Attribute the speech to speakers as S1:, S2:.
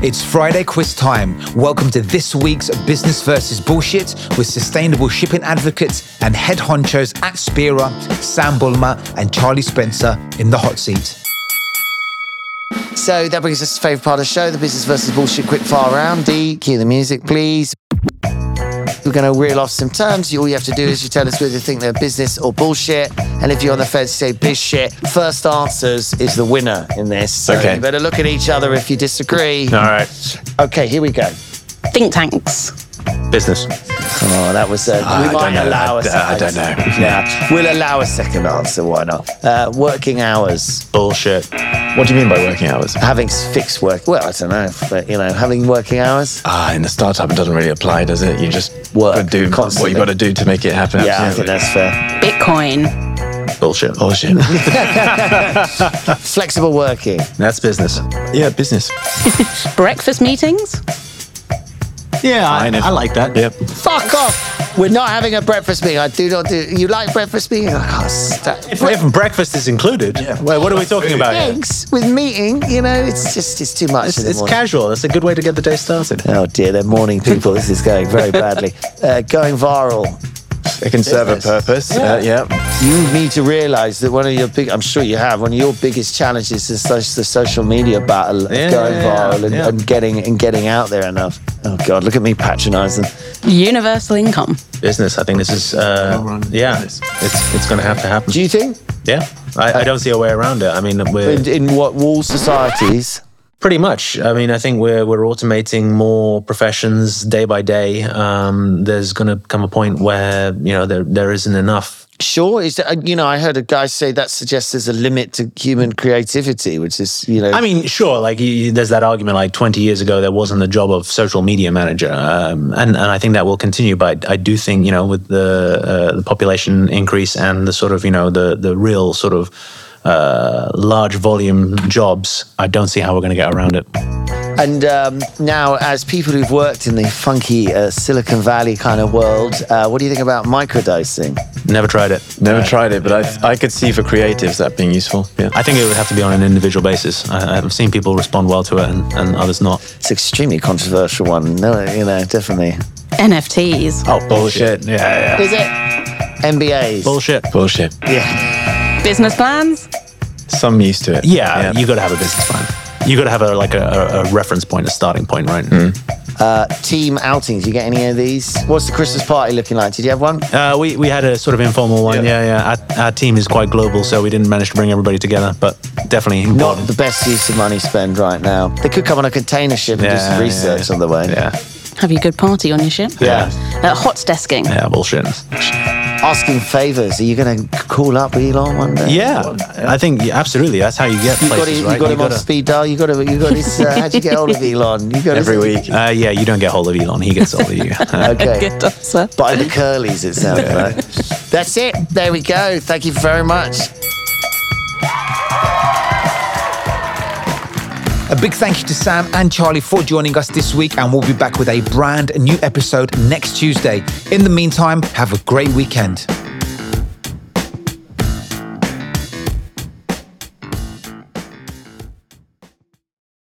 S1: It's Friday quiz time. Welcome to this week's Business versus Bullshit with sustainable shipping advocates and head honchos at Spira, Sam Bulmer, and Charlie Spencer in the hot seat.
S2: So that brings us to the favourite part of the show, the business versus bullshit quickfire round. D, cue the music, please. We're going to reel off some terms. You- All you have to do is you tell us whether you think they're business or bullshit. And if you're on the fence, say biz shit. First answers is the winner in this. So
S3: Okay.
S2: you better look at each other if you disagree.
S3: All right.
S2: Okay, here we go.
S4: Think tanks.
S3: Business.
S2: Oh, that was. Uh,
S3: Uh, I
S2: we might
S3: don't know.
S2: allow a
S3: I- I don't know.
S2: Yeah, we'll allow a second answer. Why not? Uh, working hours.
S3: Bullshit. What do you mean by working hours?
S2: Having fixed work. Well, I don't know, but you know, having working hours.
S3: Ah, in the startup, it doesn't really apply, does it? You just
S2: Work
S3: gotta do
S2: constantly.
S3: what you got to do to make it happen.
S2: Yeah, I think
S3: Absolutely.
S2: that's fair.
S4: Bitcoin.
S3: bullshit. Bullshit.
S2: Flexible working.
S3: that's business. Yeah, business.
S4: Breakfast meetings.
S5: Yeah, I,
S3: Fine, if-
S5: I like that.
S3: Yep.
S2: Fuck off. We're not having a breakfast meeting. I do not do. You like "Oh, breakfast meetings? I can't stand
S5: If breakfood is included, well, what are we talking about here?
S2: eggs with meeting. You know, it's just it's too much.
S5: It's,
S2: in the
S5: it's
S2: morning.
S5: casual. It's a good way to get the day started.
S2: Oh dear, they're morning people. This is going very badly. Uh, going viral.
S3: It can serve a purpose. Yeah. Uh, yeah.
S2: You need to realise that one of your big, I'm sure you have, one of your biggest challenges is such the social media battle of
S5: Yeah,
S2: going
S5: yeah,
S2: viral and,
S5: yeah.
S2: and getting and getting out there enough. Oh God, look at me patronising.
S4: Universal income.
S5: Business. I think this is. Uh, yeah, it's it's going to have to happen.
S2: Do you think
S5: Yeah, I, I don't see a way around it. I mean, we're
S2: in, in what wall societies?
S5: pretty much. I mean, I think we're we're automating more professions day by day. Um, there's going to come a point where you know there there isn't enough.
S2: Sure, is that, uh, you know I heard a guy say that suggests there's a limit to human creativity, which is you know
S5: I mean, sure, like you, you- there's that argument. Like 20 years ago, there wasn't the job of social media manager, um, and and I think that will continue. But I do think you know with the uh, the population increase and the sort of you know the the real sort of uh, large volume jobs, I don't see how we're going to get around it.
S2: And um, now, as people who've worked in the funky uh, Silicon Valley kind of world, uh, what do you think about microdosing?
S5: Never tried it.
S3: Never tried it, but I, I could see for creatives that being useful. Yeah.
S5: I think it would have to be on an individual basis. I, I've seen people respond well to it and, and others not.
S2: It's an extremely controversial one. No, you know, definitely.
S4: NFTs.
S3: Oh, bullshit. Yeah, yeah.
S2: Is it MBAs?
S5: Bullshit.
S3: Bullshit.
S2: Yeah.
S4: Business plans.
S3: Some used to it.
S5: Yeah, you got to have a business plan. You got to have a like a, a, a reference point, a starting point, right?
S2: Hmm. Team outings. You get any of these? What's the Christmas party looking like? Did you have one?
S5: Uh, we, we had a sort of informal one. Yeah,
S3: Yeah.
S5: yeah. Our, our team is quite global, so we didn't manage to bring everybody together, but definitely
S2: Not
S5: important.
S2: the best use of money spend right now. They could come on a container ship and do
S5: Yeah,
S2: some
S5: yeah,
S2: research
S5: yeah.
S2: on the way.
S5: yeah,
S4: Have you a good party on your ship?
S5: Yeah.
S4: Uh, hot desking.
S5: yeah, bullshit.
S2: Asking favors. Are you going to call up Elon one day?
S5: Yeah, I think yeah, absolutely. That's how you get
S2: You got,
S5: places,
S2: him,
S5: right?
S2: you got
S5: You
S2: him on
S5: gotta-
S2: speed dial. You got him, You got his. Uh, how'd you get hold of Elon? You got his-
S3: Every week.
S5: uh, yeah, you don't get hold of Elon; he gets hold of you. Uh,
S2: Okay.
S4: Good answer.
S2: By the curlies, it sounds like. That's it. There we go. Thank you very much.
S1: A big thank you to Sam and Charlie for joining us this week, and we'll be back with a brand new episode next Tuesday. In the meantime, have a great weekend.